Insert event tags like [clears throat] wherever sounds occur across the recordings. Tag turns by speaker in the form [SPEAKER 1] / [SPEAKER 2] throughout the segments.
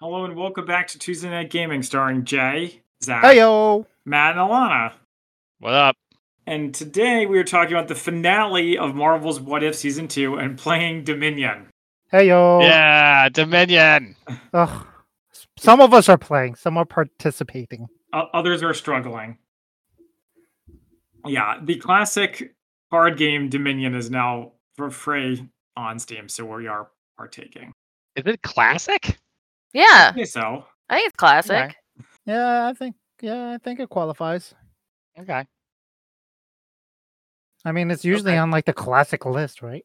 [SPEAKER 1] Hello and welcome back to Tuesday Night Gaming, starring Jay, Zach,
[SPEAKER 2] Hey yo.
[SPEAKER 1] Matt, and Alana.
[SPEAKER 3] What up?
[SPEAKER 1] And today we are talking about the finale of Marvel's What If Season 2 and playing Dominion.
[SPEAKER 2] Hey yo.
[SPEAKER 3] Yeah, Dominion.
[SPEAKER 2] Ugh. Some of us are playing, some are participating.
[SPEAKER 1] O- others are struggling. Yeah, the classic card game Dominion is now for free on Steam, so we are partaking.
[SPEAKER 3] Is it classic?
[SPEAKER 4] Yeah,
[SPEAKER 1] Okay, so
[SPEAKER 4] I think it's classic.
[SPEAKER 2] Right. Yeah, I think yeah, I think it qualifies.
[SPEAKER 3] Okay.
[SPEAKER 2] I mean, it's usually
[SPEAKER 3] Okay.
[SPEAKER 2] on like the classic list, right?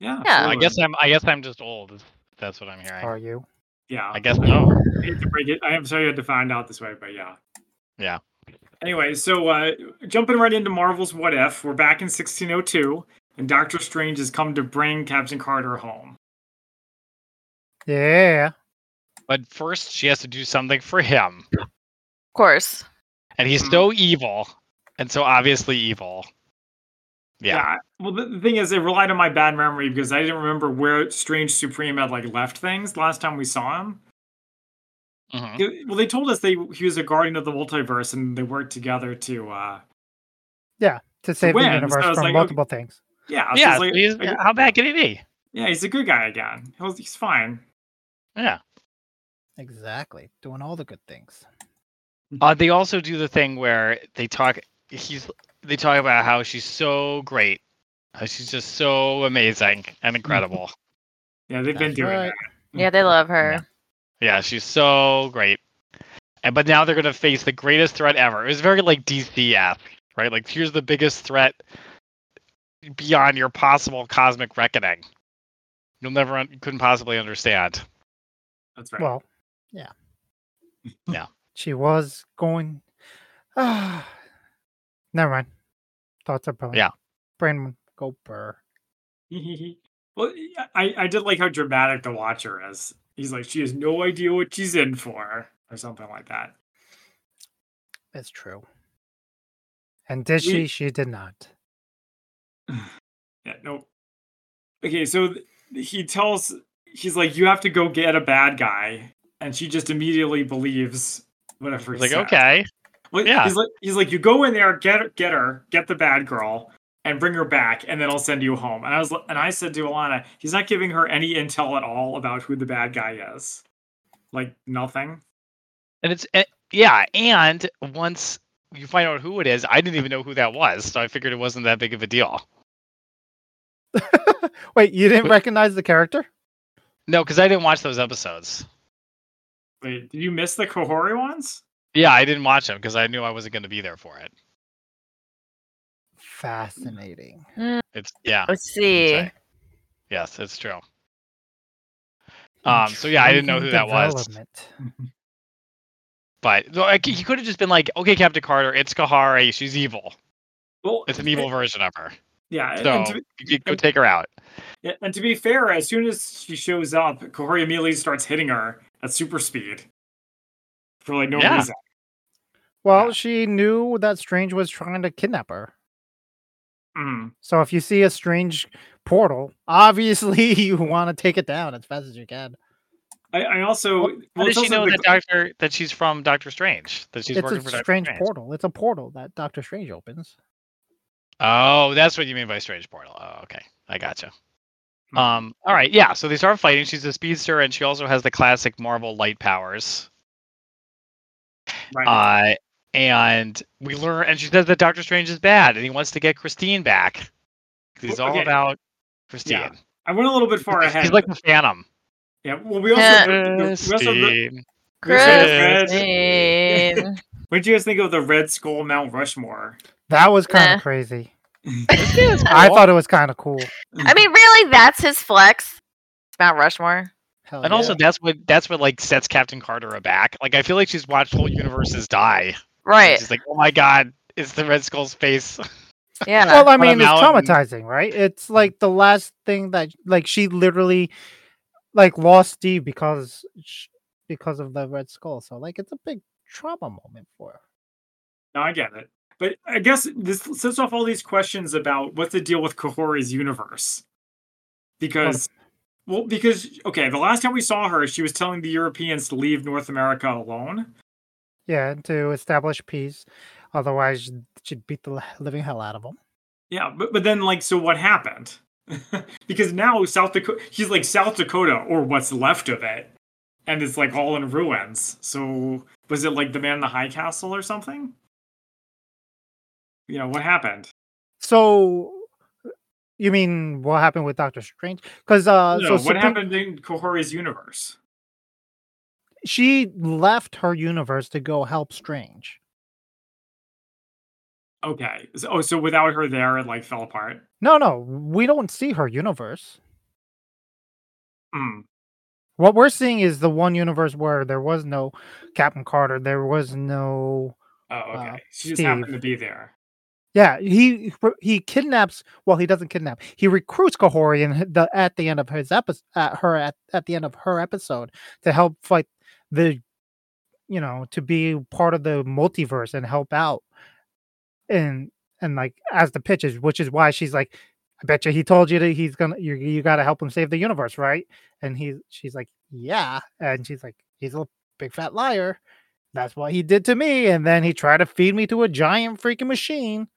[SPEAKER 1] yeah,
[SPEAKER 4] Yeah.
[SPEAKER 3] I guess
[SPEAKER 1] absolutely.
[SPEAKER 3] I'm. I guess I'm just old. if That's what I'm hearing.
[SPEAKER 2] Are you?
[SPEAKER 1] yeah.
[SPEAKER 3] I guess no.
[SPEAKER 1] I hate to break it. I am sorry you had to find out this way, but yeah.
[SPEAKER 3] Yeah.
[SPEAKER 1] Anyway, so uh, jumping right into Marvel's What If, we're back in 1602, and Doctor Strange has come to bring Captain Carter home.
[SPEAKER 2] Yeah.
[SPEAKER 3] But first, she has to do something for him,
[SPEAKER 4] Of course.
[SPEAKER 3] and he's so evil, and so obviously evil. Yeah.
[SPEAKER 1] Well, the, the thing is, it relied on my bad memory because I didn't remember where Strange Supreme had like left things last time we saw him.
[SPEAKER 3] Mhm.
[SPEAKER 1] It- well, they told us they he was a guardian of the multiverse, and they worked together to uh,
[SPEAKER 2] To save
[SPEAKER 1] wins,
[SPEAKER 2] the universe
[SPEAKER 1] I was
[SPEAKER 2] from
[SPEAKER 1] like, okay.
[SPEAKER 2] multiple things.
[SPEAKER 1] yeah, so it's
[SPEAKER 3] Yeah.
[SPEAKER 1] like-
[SPEAKER 3] he's-
[SPEAKER 1] like,
[SPEAKER 3] how bad can he be?
[SPEAKER 1] yeah, he's a good guy again. He'll, he's fine.
[SPEAKER 3] Yeah.
[SPEAKER 2] Exactly. Doing all the good things.
[SPEAKER 3] Uh, they also do the thing where they talk. He's. They talk about how she's so great. How she's just so amazing and incredible.
[SPEAKER 1] Yeah, they've been
[SPEAKER 2] That's
[SPEAKER 1] doing
[SPEAKER 2] right.
[SPEAKER 4] Mm. Yeah, they love her.
[SPEAKER 3] Yeah, she's so great. And but now they're gonna face the greatest threat ever. It was very like DC esque, right? Like here's the biggest threat beyond your possible cosmic reckoning. You'll never un- you couldn't possibly understand.
[SPEAKER 1] that. That's right.
[SPEAKER 2] Well, [laughs] yeah.
[SPEAKER 3] Yeah.
[SPEAKER 2] She was going [sighs] Ah. Never mind. Thoughts are probably
[SPEAKER 3] Yeah.
[SPEAKER 2] Brain go burr.
[SPEAKER 1] [laughs] well, I, I did like how dramatic the Watcher is. He's like, she has no idea what she's in for, or something like that.
[SPEAKER 2] That's true. And did
[SPEAKER 1] We-
[SPEAKER 2] she? She did not.
[SPEAKER 1] Yeah, no. Okay, so th- he tells, he's like, you have to go get a bad guy, and she just immediately believes whatever.
[SPEAKER 3] It's
[SPEAKER 1] He's
[SPEAKER 3] like okay,
[SPEAKER 1] Well,
[SPEAKER 3] yeah.
[SPEAKER 1] He's like, he's like, you go in there, get her- get her, get the bad girl, and bring her back, and then I'll send you home. And I was, li- and I said to Alana, he's not giving her any intel at all about who the bad guy is, like nothing.
[SPEAKER 3] and it's eh, yeah. And once you find out who it is, I didn't even know who that was, so I figured it wasn't that big of a deal.
[SPEAKER 2] Wait, you didn't
[SPEAKER 3] Wait.
[SPEAKER 2] recognize the character?
[SPEAKER 3] No, because I didn't watch those episodes.
[SPEAKER 1] Wait, did you miss the Kohori ones?
[SPEAKER 3] Yeah, I didn't watch them because I knew I wasn't going to be there for it.
[SPEAKER 2] Fascinating.
[SPEAKER 3] It's yeah.
[SPEAKER 4] Let's see.
[SPEAKER 3] Sorry. Yes, it's true. Um, so yeah, I didn't know who that
[SPEAKER 2] Intriguing
[SPEAKER 3] was,
[SPEAKER 2] development.
[SPEAKER 3] but though, like, he could have just been like, "Okay, Captain Carter, it's Kahari. She's evil.
[SPEAKER 1] Well,
[SPEAKER 3] It's an evil version of her.
[SPEAKER 1] yeah. and-
[SPEAKER 3] So
[SPEAKER 1] and, to, be-
[SPEAKER 3] you could go take her out."
[SPEAKER 1] yeah, and to be fair, as soon as she shows up, Kohori immediately starts hitting her at super speed for like no
[SPEAKER 3] Yeah.
[SPEAKER 1] reason.
[SPEAKER 2] Well,
[SPEAKER 1] Yeah.
[SPEAKER 2] she knew that Strange was trying to kidnap her.
[SPEAKER 1] Mhm.
[SPEAKER 2] So if you see a Strange portal, obviously [laughs] you want to take it down as fast as you can.
[SPEAKER 1] I, I also
[SPEAKER 3] Well,
[SPEAKER 1] well,
[SPEAKER 3] How
[SPEAKER 1] it's
[SPEAKER 3] does she
[SPEAKER 1] also
[SPEAKER 3] know
[SPEAKER 1] the-
[SPEAKER 3] that Doctor that she's from Doctor Strange? That she's
[SPEAKER 2] it's
[SPEAKER 3] working
[SPEAKER 2] a
[SPEAKER 3] for Doctor
[SPEAKER 2] strange portal. It's a portal that Doctor Strange opens.
[SPEAKER 3] Oh, that's what you mean by strange portal. Oh, okay, I gotcha.
[SPEAKER 1] Hmm.
[SPEAKER 3] Um, all right, yeah. So they start fighting. She's a speedster, and she also has the classic Marvel light powers.
[SPEAKER 1] right.
[SPEAKER 3] Uh, and we learn, and she says that Doctor Strange is bad, and he wants to get Christine back. 'Cause He's all
[SPEAKER 1] Okay.
[SPEAKER 3] about Christine.
[SPEAKER 1] I went a little bit far
[SPEAKER 3] He's-
[SPEAKER 1] ahead.
[SPEAKER 3] He's like the Phantom.
[SPEAKER 1] yeah. Well, we also,
[SPEAKER 4] Yeah.
[SPEAKER 1] the- the- we also the-
[SPEAKER 3] Christine.
[SPEAKER 1] Christmas.
[SPEAKER 4] Christine. [laughs]
[SPEAKER 1] What do you guys think of the Red Skull Mount Rushmore?
[SPEAKER 2] That was kind of
[SPEAKER 4] Nah.
[SPEAKER 2] crazy. I
[SPEAKER 3] I
[SPEAKER 2] thought it was kind of cool.
[SPEAKER 4] I mean, really, that's his flex. It's Mount Rushmore.
[SPEAKER 2] Hell
[SPEAKER 3] And
[SPEAKER 2] yeah.
[SPEAKER 3] also, that's what that's what like sets Captain Carter aback. Like, I feel like she's watched whole universes die. and
[SPEAKER 4] Right.
[SPEAKER 3] She's like, oh my god, it's the Red Skull's face.
[SPEAKER 2] [laughs]
[SPEAKER 4] Yeah.
[SPEAKER 2] well, I
[SPEAKER 3] on a
[SPEAKER 2] mean, it's
[SPEAKER 3] mountain.
[SPEAKER 2] traumatizing, right? It's like the last thing that, like, she literally, like, lost Steve because sh- because of the Red Skull. So, like, it's a big trauma moment for her.
[SPEAKER 1] No, I get it. But I guess this sets off all these questions about what's the deal with Kahori's universe. Because Well, because okay, the last time we saw her, she was telling the Europeans to leave North America alone.
[SPEAKER 2] Yeah, to establish peace. Otherwise, she'd beat the living hell out of them.
[SPEAKER 1] Yeah, but but then like, so what happened? [laughs] because now South Dakota, she's like South Dakota or what's left of it, and it's like all in ruins. So was it like the man in the high castle or something? You know what happened?
[SPEAKER 2] So, you mean what happened with Doctor Strange? Because uh,
[SPEAKER 1] no,
[SPEAKER 2] so
[SPEAKER 1] what
[SPEAKER 2] Supreme-
[SPEAKER 1] happened in Kohori's universe?
[SPEAKER 2] She left her universe to go help Strange.
[SPEAKER 1] Okay. So, oh, so without her there, it like fell apart.
[SPEAKER 2] No, no, we don't see her universe.
[SPEAKER 1] Hmm.
[SPEAKER 2] What we're seeing is the one universe where there was no Captain Carter. There was no.
[SPEAKER 1] Oh, okay.
[SPEAKER 2] Wow.
[SPEAKER 1] she just happened
[SPEAKER 2] Steve.
[SPEAKER 1] to be there.
[SPEAKER 2] Yeah, he he kidnaps. Well, he doesn't kidnap. He recruits Kahori and the at the end of his episode, at her at, at the end of her episode to help fight the, you know, to be part of the multiverse and help out, and and like as the pitch is, which is why she's like, I bet you he told you that he's gonna you you got to help him save the universe, right? And he she's like, yeah, and she's like, he's a big fat liar. That's what he did to me, and then he tried to feed me to a giant freaking machine.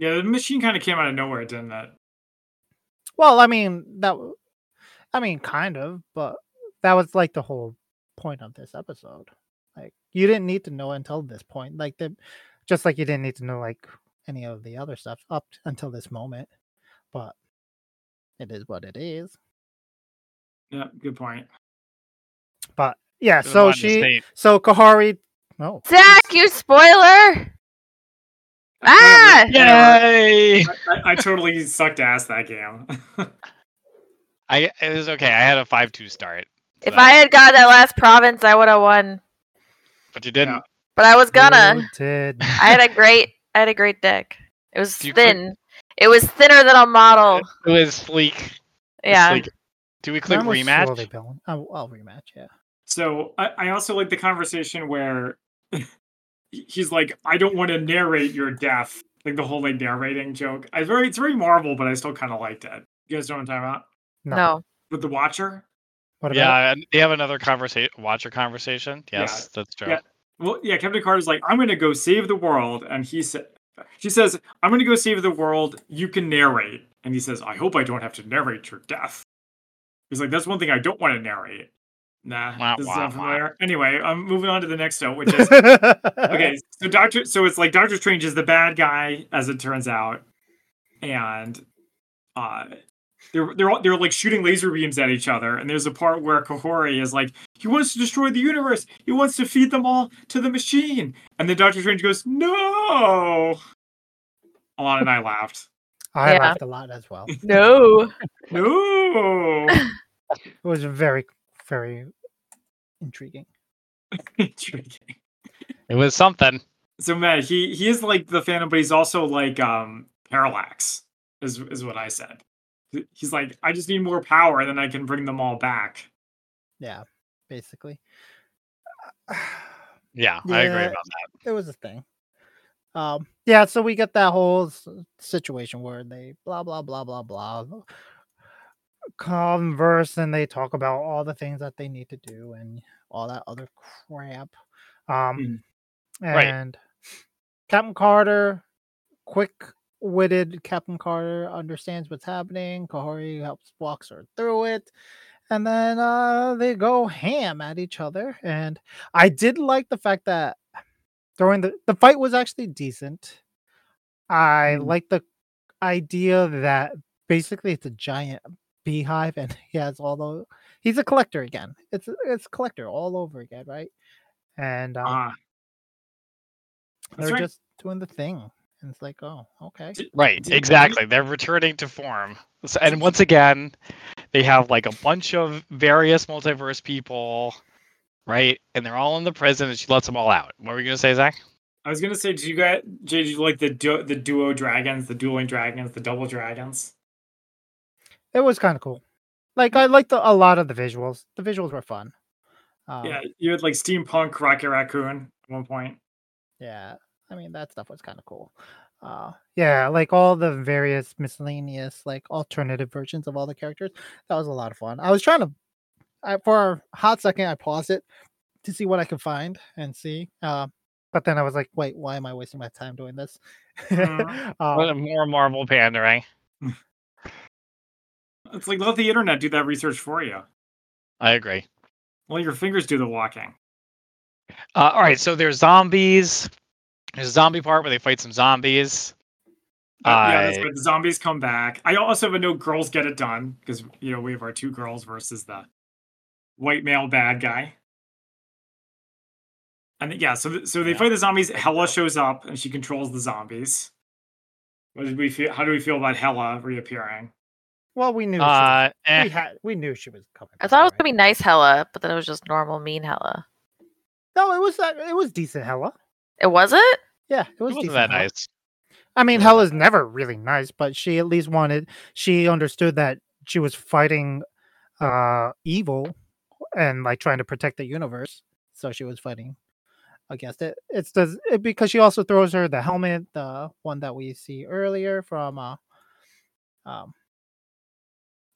[SPEAKER 1] Yeah, the machine kind of came out of nowhere, didn't it?
[SPEAKER 2] Well, I mean that. w- I mean, kind of, but that was like the whole point of this episode. Like, you didn't need to know until this point. Like the, just like you didn't need to know like any of the other stuff up t- until this moment. But it is what it is.
[SPEAKER 1] Yeah, good point.
[SPEAKER 2] But yeah,
[SPEAKER 3] [laughs] There's a
[SPEAKER 2] so
[SPEAKER 3] lot in the
[SPEAKER 2] she,
[SPEAKER 4] [laughs]
[SPEAKER 3] state.
[SPEAKER 2] so Kahari. oh, No,
[SPEAKER 4] Zach, you spoiler!
[SPEAKER 1] I-
[SPEAKER 4] Ah!
[SPEAKER 1] whatever, whatever.
[SPEAKER 3] Yay!
[SPEAKER 1] I, I totally sucked ass that game. [laughs]
[SPEAKER 3] I it was okay. I had a five two start,
[SPEAKER 4] If I had got that last province, I would have won.
[SPEAKER 3] but you didn't.
[SPEAKER 4] But I was
[SPEAKER 2] you
[SPEAKER 4] gonna.
[SPEAKER 2] did.
[SPEAKER 4] I had a great, I had a great deck. It was
[SPEAKER 3] Do you click-
[SPEAKER 4] thin. It was thinner than a model.
[SPEAKER 3] [laughs] It was sleek.
[SPEAKER 4] Yeah.
[SPEAKER 3] Sleek. Do we [laughs] click
[SPEAKER 2] Mine was slowly
[SPEAKER 3] rematch?
[SPEAKER 2] building. I'll, I'll rematch. Yeah.
[SPEAKER 1] so I, I also like the conversation where [laughs] he- he's like, "I don't want to narrate your death," like the whole like narrating joke. I very it's very Marvel, but I still kind of liked it. You guys know what I'm talking about
[SPEAKER 2] No.
[SPEAKER 4] No.
[SPEAKER 1] with the Watcher.
[SPEAKER 2] What about?
[SPEAKER 3] Yeah, and they have another conversation. Watcher conversation.
[SPEAKER 1] Yeah.
[SPEAKER 3] Yes, that's true.
[SPEAKER 1] Yeah. Well, yeah, Captain Carter's like, I'm going to go save the world. And he said, she says, I'm going to go save the world. You can narrate. And he says, I hope I don't have to narrate your death. He's like, that's one thing I don't want to narrate. Nah,
[SPEAKER 3] Wah,
[SPEAKER 1] this
[SPEAKER 3] wah,
[SPEAKER 1] is
[SPEAKER 3] wah.
[SPEAKER 1] unfamiliar. Anyway, I'm moving on to the next note,
[SPEAKER 3] [laughs]
[SPEAKER 1] which
[SPEAKER 2] [laughs]
[SPEAKER 1] is okay. So Doctor, so it's like Doctor Strange is the bad guy, as it turns out, and uh, they're they're all, they're like shooting laser beams at each other. And there's a part where Kahori is like, he wants to destroy the universe. He wants to feed them all to the machine. And then Doctor Strange goes, no. Alana and I laughed.
[SPEAKER 2] I
[SPEAKER 4] Yeah.
[SPEAKER 2] laughed a lot as well.
[SPEAKER 4] No.
[SPEAKER 1] No, [laughs]
[SPEAKER 2] It was very, very intriguing.
[SPEAKER 1] Intriguing.
[SPEAKER 3] It was something.
[SPEAKER 1] So Matt, he he is like the Phantom, but he's also like um Parallax, is is what I said. He- He's like, I just need more power, and then I can bring them all back.
[SPEAKER 2] Yeah, basically. [sighs]
[SPEAKER 3] Yeah, I agree
[SPEAKER 2] Yeah.
[SPEAKER 3] about that.
[SPEAKER 2] It was a thing. Um, yeah, so we get that whole s- situation where they blah blah blah blah blah converse and they talk about all the things that they need to do and all that other crap. Um,
[SPEAKER 3] Right.
[SPEAKER 2] and Captain Carter, quick witted Captain Carter understands what's happening. Kahori helps walks her through it. And then uh, they go ham at each other. And I did like the fact that during the, the fight was actually decent. I
[SPEAKER 1] Mhm.
[SPEAKER 2] like the idea that basically it's a giant beehive and [laughs] he has all the he's a collector again. It's it's collector all over again, right? And um,
[SPEAKER 1] Ah, that's
[SPEAKER 2] they're
[SPEAKER 1] right.
[SPEAKER 2] just doing the thing. And it's like, oh, okay.
[SPEAKER 3] Right,
[SPEAKER 1] Did-
[SPEAKER 3] exactly. They're returning to form, so, and once again, they have like a bunch of various multiverse people, right? And they're all in the prison, and she lets them all out. What were you gonna say, Zach?
[SPEAKER 1] I was gonna say, do you guys, Jay, do you like the du- the duo dragons, the dueling dragons, the double dragons?
[SPEAKER 2] It was kind of cool.
[SPEAKER 1] Mm.
[SPEAKER 2] Like I liked the, a lot of the visuals. The visuals were fun. Um,
[SPEAKER 1] yeah, you had like steampunk Rocket Raccoon at one point.
[SPEAKER 2] yeah. I mean, that stuff was kind of cool. uh yeah like all the various miscellaneous like alternative versions of all the characters that was a lot of fun i was trying to I, for a hot second i paused it to see what i could find and see uh, but then i was like wait why am i wasting my time doing this [laughs]
[SPEAKER 1] Mhm.
[SPEAKER 3] What
[SPEAKER 2] um,
[SPEAKER 3] a- more Marvel pandering.
[SPEAKER 1] It's like let the internet do that research for you.
[SPEAKER 3] I agree.
[SPEAKER 1] Let your fingers do the walking.
[SPEAKER 3] Uh, all right, so there's zombies. There's a zombie part where they fight some zombies.
[SPEAKER 1] But yeah, that's
[SPEAKER 3] I-
[SPEAKER 1] good. The zombies come back. I also have a no girls get it done because you know we have our two girls versus the white male bad guy. And th- yeah, so th- so they
[SPEAKER 3] Yeah.
[SPEAKER 1] fight the zombies. Hella shows up and she controls the zombies. What did we feel? How do we feel about Hella reappearing?
[SPEAKER 2] well we knew she was,
[SPEAKER 3] Uh, eh,
[SPEAKER 2] we had we knew she was coming
[SPEAKER 4] I thought it was
[SPEAKER 2] back,
[SPEAKER 4] gonna be nice Hella, but then it was just normal mean Hella.
[SPEAKER 2] right? no it was uh, it was decent hella
[SPEAKER 4] It was it?
[SPEAKER 2] yeah it
[SPEAKER 3] it
[SPEAKER 2] was
[SPEAKER 3] wasn't
[SPEAKER 2] decent
[SPEAKER 3] that
[SPEAKER 2] Hella.
[SPEAKER 3] nice.
[SPEAKER 2] I mean,
[SPEAKER 3] Yeah.
[SPEAKER 2] Hella's never really nice, but she at least wanted. She understood that she was fighting uh evil and like trying to protect the universe, so she was fighting against it. It's does it, because she also throws her the helmet, the one that we see earlier from uh um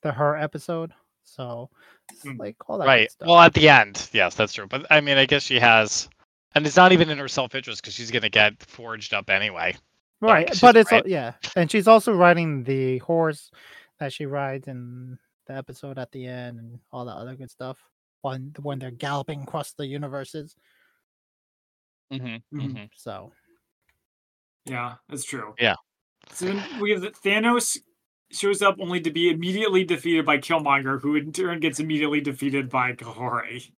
[SPEAKER 2] the her episode. So it's
[SPEAKER 1] Mm.
[SPEAKER 2] like all that good
[SPEAKER 3] Hmm. Right.
[SPEAKER 2] stuff.
[SPEAKER 3] Well, at the end, yes, that's true. But I mean, I guess she has, and it's not even in her self-interest because she's gonna get forged up anyway.
[SPEAKER 2] right
[SPEAKER 3] she's
[SPEAKER 2] but it's al-
[SPEAKER 3] right.
[SPEAKER 2] yeah and she's also riding the horse that she rides in the episode at the end and all that other good stuff when when they're galloping across the universes
[SPEAKER 3] Mm-hmm.
[SPEAKER 1] Mhm.
[SPEAKER 2] so
[SPEAKER 1] Yeah, that's true.
[SPEAKER 3] Yeah.
[SPEAKER 1] So then we have the, Thanos shows up only to be immediately defeated by Killmonger, who in turn gets immediately defeated by Kahori.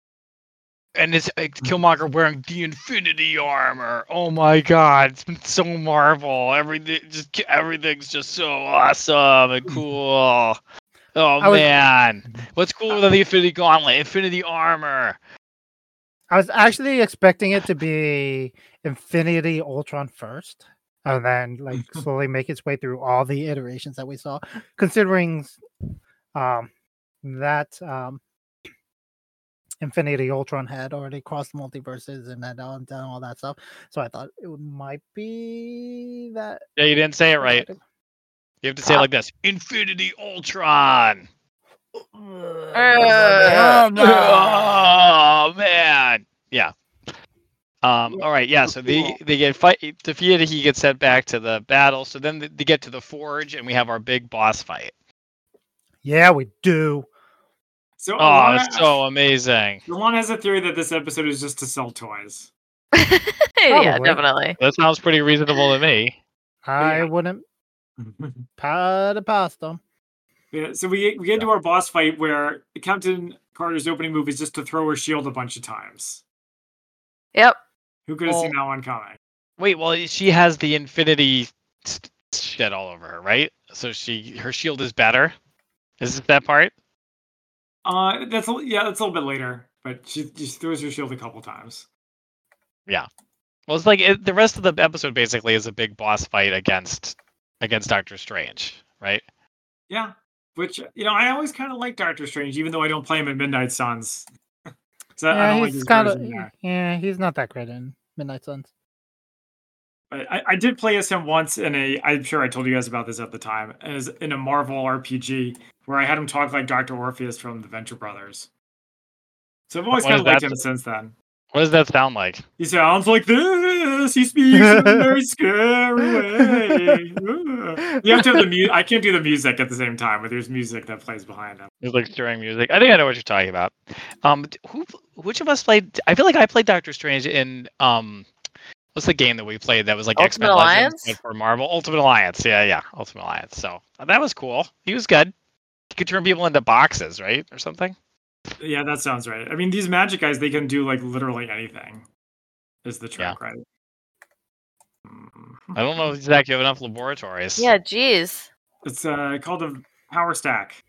[SPEAKER 3] And it's uh,
[SPEAKER 2] Mm.
[SPEAKER 3] Killmonger wearing the Infinity armor. Oh my God! It's been so Marvel. Everything just ki- everything's just so awesome and cool. Oh
[SPEAKER 2] Mm. I was-
[SPEAKER 3] man, what's cooler than the Infinity Gauntlet? Infinity armor.
[SPEAKER 2] i was actually expecting it to be infinity ultron first and then like slowly make its way through all the iterations that we saw considering s- um that um Infinity Ultron had already crossed multiverses and had all done all that stuff. So I thought it would- might be that.
[SPEAKER 3] Yeah, you didn't say it right.
[SPEAKER 2] Ugh.
[SPEAKER 3] You have to say it like this: Infinity
[SPEAKER 2] [laughs]
[SPEAKER 3] Ultron.
[SPEAKER 4] Uh,
[SPEAKER 3] [laughs] Oh man. Yeah. Um, all right, yeah.
[SPEAKER 2] [laughs]
[SPEAKER 3] So they they get fight defeated. He gets sent back to the battle. So then they get to the forge, and we have our big boss fight.
[SPEAKER 2] Yeah, we do.
[SPEAKER 1] So
[SPEAKER 3] Oh,
[SPEAKER 1] Alana,
[SPEAKER 3] it's so amazing.
[SPEAKER 1] Alana has a theory that this episode is just to sell toys.
[SPEAKER 4] yeah,
[SPEAKER 2] Probably.
[SPEAKER 4] definitely.
[SPEAKER 3] That sounds pretty reasonable to me.
[SPEAKER 2] I wouldn't pat a past them.
[SPEAKER 1] Yeah, so we we get to our boss fight where Captain Carter's opening move is just to throw her shield a bunch of times.
[SPEAKER 4] Yep.
[SPEAKER 1] Who could have seen
[SPEAKER 3] Well-
[SPEAKER 2] Oh.
[SPEAKER 1] that one coming?
[SPEAKER 3] Wait, well, she has the infinity st- shit all over her, right? So she her shield is better. Is it that part?
[SPEAKER 1] Uh, that's a li- yeah, that's a little bit later, but she just throws her shield a couple times.
[SPEAKER 3] Well, it's like it, the rest of the episode basically is a big boss fight against against Doctor Strange, right?
[SPEAKER 1] Yeah, which you know I always kind of like Doctor Strange, even though I don't play him in Midnight Suns. [laughs] so I don't
[SPEAKER 2] Yeah,
[SPEAKER 1] like
[SPEAKER 2] he's
[SPEAKER 1] his
[SPEAKER 2] kind of
[SPEAKER 1] version there.
[SPEAKER 2] yeah, he's not that great in Midnight Suns.
[SPEAKER 1] But I, I did play as him once in a. I'm sure I told you guys about this at the time, as in a Marvel RPG where I had him talk like Doctor Orpheus from the Venture Brothers. So I've always
[SPEAKER 3] What
[SPEAKER 1] kind
[SPEAKER 3] is
[SPEAKER 1] of liked
[SPEAKER 3] that?
[SPEAKER 1] him since then.
[SPEAKER 3] What does that sound like?
[SPEAKER 1] He sounds like this. He speaks in a very scary way. Ugh. You have to have the music. I can't do the music at the same time, but there's music that plays behind him.
[SPEAKER 3] It's like stirring music. I think I know what you're talking about. Um, d- who, which of us played? I feel like I played Doctor Strange in um, what's the game that we played that was like
[SPEAKER 4] Ultimate
[SPEAKER 3] X Men Legends
[SPEAKER 4] Alliance?
[SPEAKER 3] but for Marvel Ultimate Alliance? Yeah, yeah, Ultimate Alliance. So uh, that was cool. He was good. He could turn people into boxes, right, or something.
[SPEAKER 1] Yeah, that sounds right. I mean, these magic guys, they can do like literally anything, is the trick, right? Mm.
[SPEAKER 3] I don't know, Zach. You have enough laboratories.
[SPEAKER 4] Yeah, geez.
[SPEAKER 1] It's uh, called a power stack.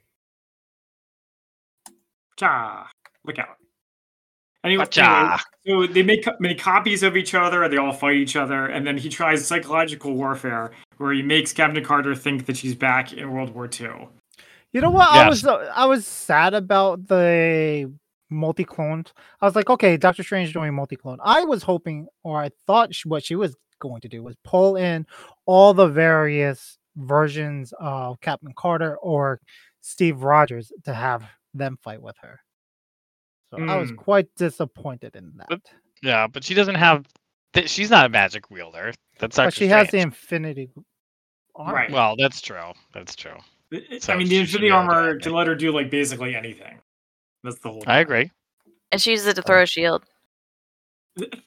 [SPEAKER 1] Cha! Look out. Anyway,
[SPEAKER 3] Gotcha.
[SPEAKER 1] anyway, so they make co- many copies of each other, they all fight each other, and then he tries psychological warfare, where he makes Captain Carter think that she's back in World War II.
[SPEAKER 2] [laughs] You know what? I
[SPEAKER 3] Yes.
[SPEAKER 2] was uh, I was sad about the multi cloned. I was like, okay, Doctor Strange doing multi clone. I was hoping, or I thought, she, what she was going to do was pull in all the various versions of Captain Carter or Steve Rogers to have them fight with her. So I was
[SPEAKER 1] Mm.
[SPEAKER 2] quite disappointed in that.
[SPEAKER 3] But Yeah, but she doesn't have. Th- she's not a magic wielder. That's
[SPEAKER 2] But
[SPEAKER 3] actually.
[SPEAKER 2] she has the Infinity armor.
[SPEAKER 1] Right.
[SPEAKER 3] Well, that's true. That's true.
[SPEAKER 1] It- it- I
[SPEAKER 3] So
[SPEAKER 1] mean,
[SPEAKER 3] she
[SPEAKER 1] the
[SPEAKER 3] should
[SPEAKER 1] Infinity
[SPEAKER 3] be able to
[SPEAKER 1] Armor
[SPEAKER 3] act
[SPEAKER 1] can
[SPEAKER 3] it.
[SPEAKER 1] let her do like basically anything. That's the whole.
[SPEAKER 3] I agree.
[SPEAKER 4] and she uses it to throw a shield.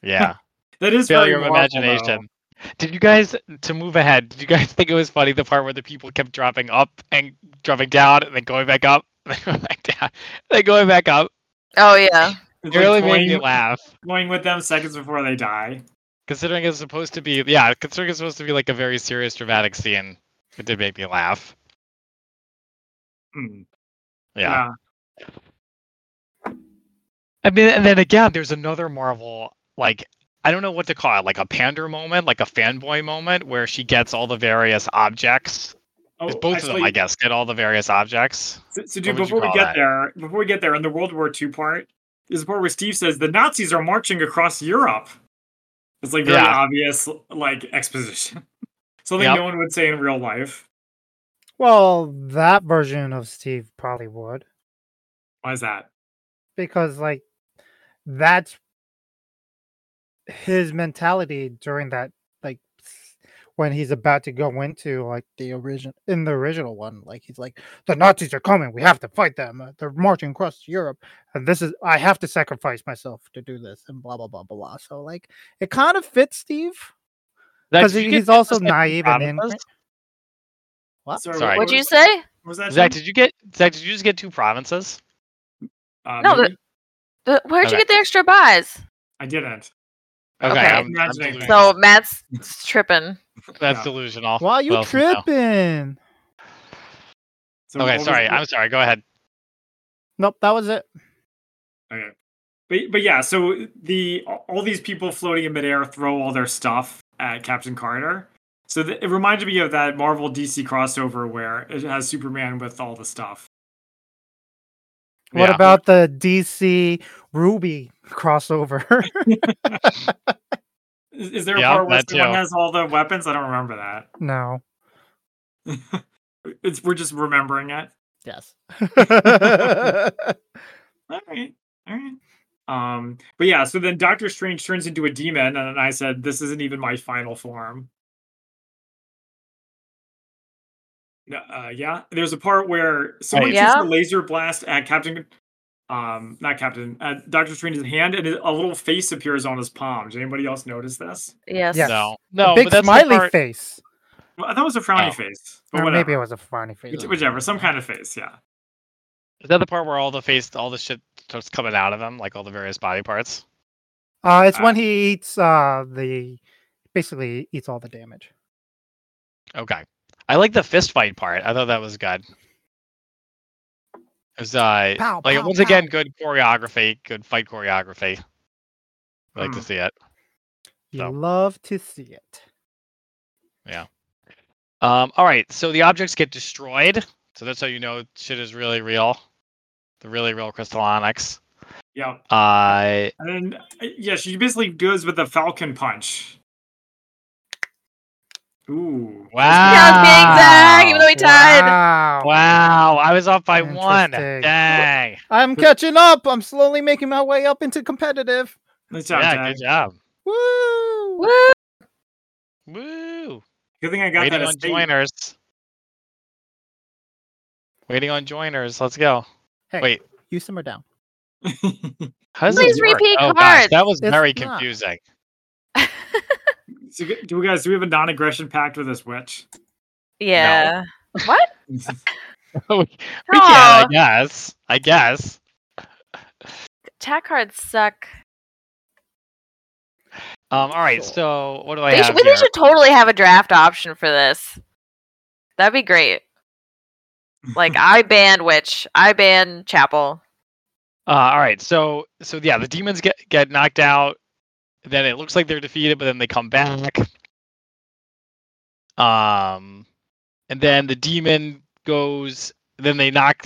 [SPEAKER 3] Yeah.
[SPEAKER 1] That is very
[SPEAKER 3] Failure of
[SPEAKER 1] Marvel, though.
[SPEAKER 3] imagination. Did you guys to move ahead? Did you guys think it was funny the part where the people kept dropping up and dropping down and then going back up, [laughs] and then going back down, and then going back up?
[SPEAKER 4] Oh yeah,
[SPEAKER 1] It's
[SPEAKER 3] It really
[SPEAKER 1] like
[SPEAKER 3] made me
[SPEAKER 1] toying,
[SPEAKER 3] laugh.
[SPEAKER 1] toying with them seconds before they die.
[SPEAKER 3] Considering it's supposed to be, yeah, considering it's supposed to be like a very serious dramatic scene, it did make me laugh.
[SPEAKER 1] Hmm.
[SPEAKER 3] Yeah. I mean, and then again, there's another Marvel, like, I don't know what to call it, like a pander moment, like a fanboy moment, where she gets all the various objects.
[SPEAKER 1] Oh,
[SPEAKER 3] It's both of them,
[SPEAKER 1] actually,
[SPEAKER 3] I guess, get all the various objects.
[SPEAKER 1] So, so
[SPEAKER 3] What
[SPEAKER 1] dude,
[SPEAKER 3] would you
[SPEAKER 1] before we
[SPEAKER 3] call
[SPEAKER 1] get
[SPEAKER 3] that?
[SPEAKER 1] there, before we get there, in the World War II part, is the part where Steve says the Nazis are marching across Europe. It's like very
[SPEAKER 3] Yeah.
[SPEAKER 1] obvious, like exposition. [laughs] Something
[SPEAKER 3] Yep.
[SPEAKER 1] no one would say in real life.
[SPEAKER 2] Well, that version of Steve probably would
[SPEAKER 1] Why is that?
[SPEAKER 2] because like that's his mentality during that like s- when he's about to go into like the original in the original one like he's like the nazis are coming we have to fight them uh, they're marching across europe and this is i have to sacrifice myself to do this and blah blah blah blah, blah. so like it kind of fits steve because
[SPEAKER 3] did you
[SPEAKER 2] he's
[SPEAKER 3] get
[SPEAKER 2] also
[SPEAKER 3] Zach
[SPEAKER 2] naive and
[SPEAKER 3] promises?
[SPEAKER 2] in what
[SPEAKER 1] Sorry,
[SPEAKER 3] Sorry.
[SPEAKER 1] what
[SPEAKER 4] What'd you
[SPEAKER 1] was-
[SPEAKER 4] say?
[SPEAKER 1] what was that?
[SPEAKER 3] Zach,
[SPEAKER 1] Jim?
[SPEAKER 3] did you get Zach? Did you just get two provinces?
[SPEAKER 1] Uh,
[SPEAKER 4] No, the-
[SPEAKER 1] maybe?
[SPEAKER 4] The- Where'd you
[SPEAKER 3] Okay.
[SPEAKER 4] get the extra buys?
[SPEAKER 1] I didn't.
[SPEAKER 3] Okay,
[SPEAKER 4] Okay.
[SPEAKER 3] I'm, I'm
[SPEAKER 1] Imagining
[SPEAKER 3] delusional.
[SPEAKER 4] So Matt's tripping.
[SPEAKER 3] [laughs] that's
[SPEAKER 1] Yeah.
[SPEAKER 3] delusional.
[SPEAKER 2] why are you
[SPEAKER 3] Oh, Well, no.
[SPEAKER 2] tripping
[SPEAKER 1] So what
[SPEAKER 3] Okay,
[SPEAKER 1] was
[SPEAKER 3] sorry.
[SPEAKER 1] it?
[SPEAKER 3] I'm sorry. Go ahead.
[SPEAKER 2] nope that was it
[SPEAKER 1] Okay. But but yeah, so the all- all these people floating in midair throw all their stuff at Captain Carter. So th- it reminded me of that Marvel DC crossover where it has Superman with all the stuff.
[SPEAKER 2] What
[SPEAKER 3] Yeah.
[SPEAKER 2] about the DC Ruby crossover? [laughs]
[SPEAKER 1] Is, is there a
[SPEAKER 3] Yeah,
[SPEAKER 1] part where
[SPEAKER 3] that
[SPEAKER 1] someone
[SPEAKER 3] too.
[SPEAKER 1] has all the weapons? I don't remember that.
[SPEAKER 2] no.
[SPEAKER 1] It's we're just remembering it.
[SPEAKER 2] [laughs] Yes.
[SPEAKER 1] All right, all right. Um, but yeah, so then Doctor Strange turns into a demon, and I said, "This isn't even my final form." No, Uh, yeah, there's a part where someone
[SPEAKER 3] Right.
[SPEAKER 1] shoots
[SPEAKER 4] Yeah.
[SPEAKER 1] a laser blast at Captain, um, not Captain, uh, Doctor Strange's hand, and a little face appears on his palm. Did anybody else notice this?
[SPEAKER 4] Yes.
[SPEAKER 2] Yes.
[SPEAKER 3] No, no.
[SPEAKER 2] Big
[SPEAKER 3] but that's the
[SPEAKER 2] smiley
[SPEAKER 3] part-
[SPEAKER 2] face.
[SPEAKER 1] Well, I thought it was a frowny
[SPEAKER 3] Oh.
[SPEAKER 1] face, but
[SPEAKER 2] Or
[SPEAKER 1] whatever.
[SPEAKER 2] maybe it was a funny face.
[SPEAKER 1] Which- whichever, some kind of face. Yeah,
[SPEAKER 3] Is that the part where all the face, all the shit starts coming out of him, like all the various body parts?
[SPEAKER 2] Uh, it's
[SPEAKER 1] Uh,
[SPEAKER 2] when he eats uh, the basically eats all the damage.
[SPEAKER 3] Okay. I like the fist fight part. I thought that was good. It was uh,
[SPEAKER 2] Pow,
[SPEAKER 3] like
[SPEAKER 2] pow,
[SPEAKER 3] once
[SPEAKER 2] pow.
[SPEAKER 3] again, good choreography, good fight choreography. I like to
[SPEAKER 1] Mm.
[SPEAKER 3] see it.
[SPEAKER 2] You
[SPEAKER 3] so.
[SPEAKER 2] love to see it.
[SPEAKER 3] Um, all right, so the objects get destroyed, so that's how you know shit is really real. The really real crystallonics.
[SPEAKER 1] yeah.
[SPEAKER 3] Uh,
[SPEAKER 1] And then, uh, yeah, she basically goes with a falcon punch. Ooh.
[SPEAKER 3] wow!
[SPEAKER 4] Yeah, dang, Zach, even though he tied.
[SPEAKER 2] Wow.
[SPEAKER 3] Wow, I was off by one.
[SPEAKER 2] Interesting.
[SPEAKER 3] Dang!
[SPEAKER 2] I'm catching up. I'm slowly making my way up into competitive.
[SPEAKER 1] Nice job,
[SPEAKER 3] Yeah,
[SPEAKER 1] Jack.
[SPEAKER 3] good job.
[SPEAKER 2] Woo!
[SPEAKER 4] Woo!
[SPEAKER 3] Woo!
[SPEAKER 1] Good thing I got
[SPEAKER 3] Waiting
[SPEAKER 1] that
[SPEAKER 3] on
[SPEAKER 1] estate.
[SPEAKER 3] joiners. Waiting on joiners. Let's go.
[SPEAKER 2] Hey,
[SPEAKER 3] Wait.
[SPEAKER 2] You simmer down.
[SPEAKER 3] How does
[SPEAKER 4] Please
[SPEAKER 3] this work?
[SPEAKER 4] repeat
[SPEAKER 3] Oh gosh, that
[SPEAKER 4] cards.
[SPEAKER 3] was
[SPEAKER 2] It's
[SPEAKER 3] very
[SPEAKER 2] not.
[SPEAKER 3] confusing.
[SPEAKER 1] [laughs] So, g- do we guys do we have a non-aggression pact with this [laughs] witch?
[SPEAKER 4] Yeah. What?
[SPEAKER 3] We can, I guess. I guess.
[SPEAKER 4] Attack cards suck.
[SPEAKER 3] Um. All right.
[SPEAKER 2] Sure.
[SPEAKER 3] So what do I
[SPEAKER 4] They
[SPEAKER 3] have
[SPEAKER 4] should, we they
[SPEAKER 3] here?
[SPEAKER 4] should totally have a draft option for this. That'd be great.
[SPEAKER 3] [laughs]
[SPEAKER 4] Like I ban witch. I ban chapel.
[SPEAKER 3] Uh, all right. So so yeah, the demons get get knocked out. Then it looks like they're defeated, but then they come back. Um, and then the demon goes. Then they knock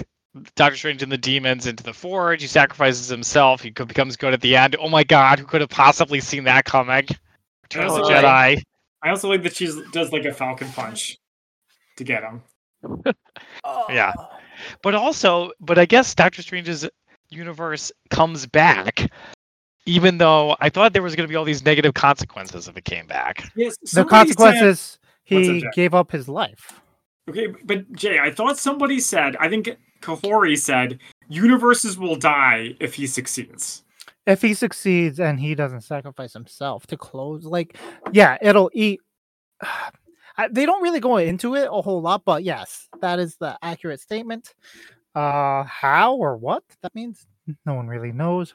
[SPEAKER 3] Doctor Strange and the demons into the forge. He sacrifices himself. He co- becomes good at the end. Oh my God! Who could have possibly seen that coming? Return of the
[SPEAKER 4] Totally.
[SPEAKER 3] Jedi.
[SPEAKER 1] I also like that she does like a falcon punch to get him.
[SPEAKER 3] Yeah. But also, but I guess Doctor Strange's universe comes back, even though I thought there was going to be all these negative consequences if it came back.
[SPEAKER 1] Yes,
[SPEAKER 2] The
[SPEAKER 1] somebody said-
[SPEAKER 2] consequence is
[SPEAKER 1] What's
[SPEAKER 2] he
[SPEAKER 1] up, Jack?
[SPEAKER 2] gave up his life.
[SPEAKER 1] Okay, but Jay, I thought somebody said, I think Kahori said, universes will die if he succeeds.
[SPEAKER 2] If he succeeds and he doesn't sacrifice himself to close, like, yeah, it'll eat. [sighs] I- They don't really go into it a whole lot, but yes, that is the accurate statement. Uh, how or what that means, no one really knows.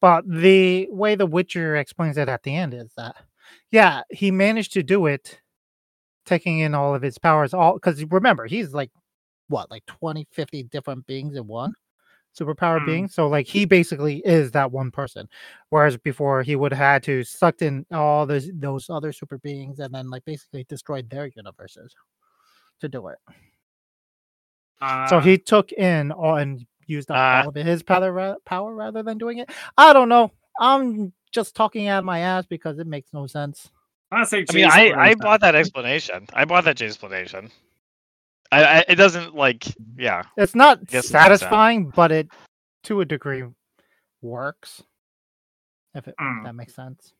[SPEAKER 2] But the way The Witcher explains it at the end is that, yeah, he managed to do it, taking in all of his powers. All because remember, he's like, what, like 20, 50 different beings in one superpower
[SPEAKER 1] Hmm.
[SPEAKER 2] being. So like, he basically is that one person. Whereas before, he would have had to sucked in all those those other super beings and then like basically destroyed their universes to do it.
[SPEAKER 1] Uh,
[SPEAKER 2] So he took in all and used up
[SPEAKER 3] Ah.
[SPEAKER 2] all of his power, ra- power rather than doing it. I don't know. I'm just talking out my ass because it makes no sense.
[SPEAKER 1] I'm not saying
[SPEAKER 3] I mean,
[SPEAKER 1] Jay's
[SPEAKER 3] I,
[SPEAKER 1] what
[SPEAKER 3] I
[SPEAKER 1] said.
[SPEAKER 3] bought that explanation. I bought that Jay's explanation. I, I it doesn't like yeah.
[SPEAKER 2] It's not
[SPEAKER 3] Yes, it's not sad.
[SPEAKER 2] satisfying, but it to a degree works. If it,
[SPEAKER 1] Mm.
[SPEAKER 2] that makes sense.